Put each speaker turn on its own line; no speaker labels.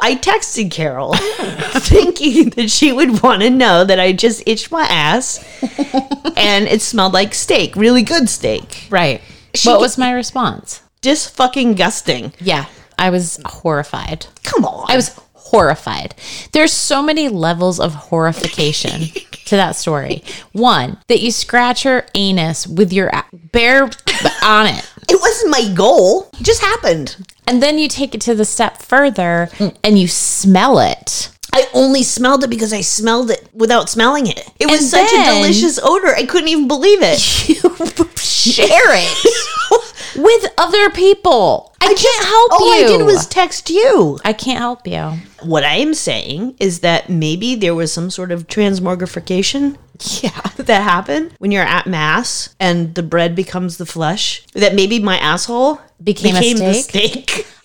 I texted Carol thinking that she would want to know that I just itched my ass and it smelled like steak, really good steak.
Right.
She-
what was my response?
Just fucking gusting.
Yeah, I was horrified.
Come on.
I was horrified. There's so many levels of horrification to that story. One, that you scratch her anus with your a- bare on it.
it wasn't my goal. It just happened.
And then you take it to the step further and you smell it.
I only smelled it because I smelled it without smelling it. It was
And
such a
then-
delicious odor. I couldn't even believe it.
Share it with other people. I, can't help
All
you.
I did was text you.
I can't help you.
What I am saying is that maybe there was some sort of transmogrification
Yeah.
that happened when you're at mass and the bread becomes the flesh. That maybe my asshole
Became a
the steak.